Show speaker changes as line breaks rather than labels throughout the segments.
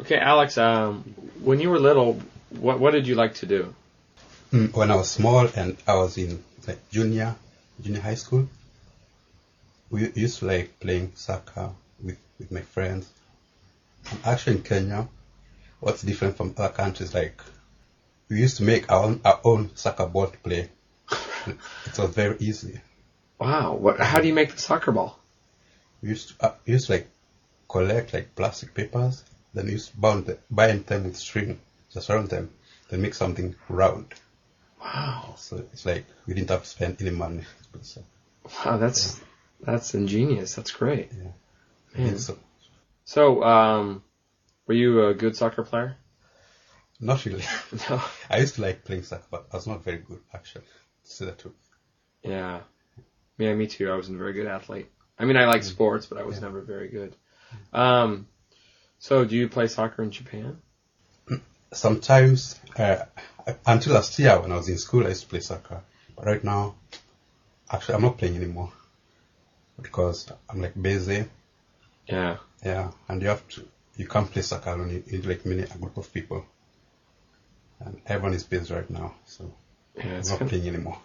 Okay, Alex. Um, when you were little, what what did you like to do?
Mm, When I was small and I was in like junior, junior high school, we used to like playing soccer with, with my friends. And actually in Kenya, what's different from other countries, like we used to make our own, our own soccer ball to play. It was very easy.
Wow. What? How do you make the soccer ball?
We used to, uh, we used to like collect like plastic papers, then we used to bound the, bind them with string, just around them, then make something round.
Wow.
So it's like we didn't have to spend any money. So,
Wow. That's that's ingenious. That's great.
yeah. I
Man.
think so.
So, um, were you a good soccer player?
Not really.
No.
I used to like playing soccer, but I was not very good actually. To say the truth.
Yeah. Yeah, me too. I wasn't a very good athlete. I mean, I like
Mm-hmm.
sports, but I was never very good. Um, so do you play soccer in Japan?
Sometimes, uh, until last year when I was in school, I used to play soccer. But right now, actually, I'm not playing anymore because I'm like busy.
Yeah.
Yeah, and you have to. You can't play soccer alone. You need like many a group of people, and everyone is busy right now. So
Yeah,
I'm
it's
not
kind of,
playing anymore.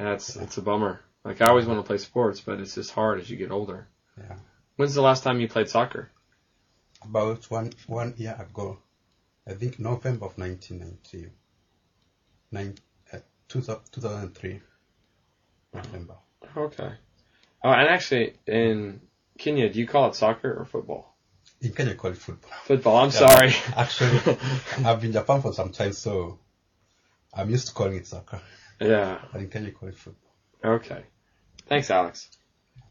yeah, it's, it's a bummer. Like, I always want to play sports, but it's just hard as you get older.
Yeah,
When's the last time you played soccer?
about one one year ago, I think November of 1990, nine, uh, 2000 2003, November.
Okay. Oh, and actually, in Kenya, do you call it soccer or football?
In Kenya, you call it football.
Football, I'm
Yeah,
sorry.
Actually, I've been in Japan for some time, so I'm used to calling it soccer.
yeah.
But in Kenya, you call it football.
Okay. Thanks, Alex.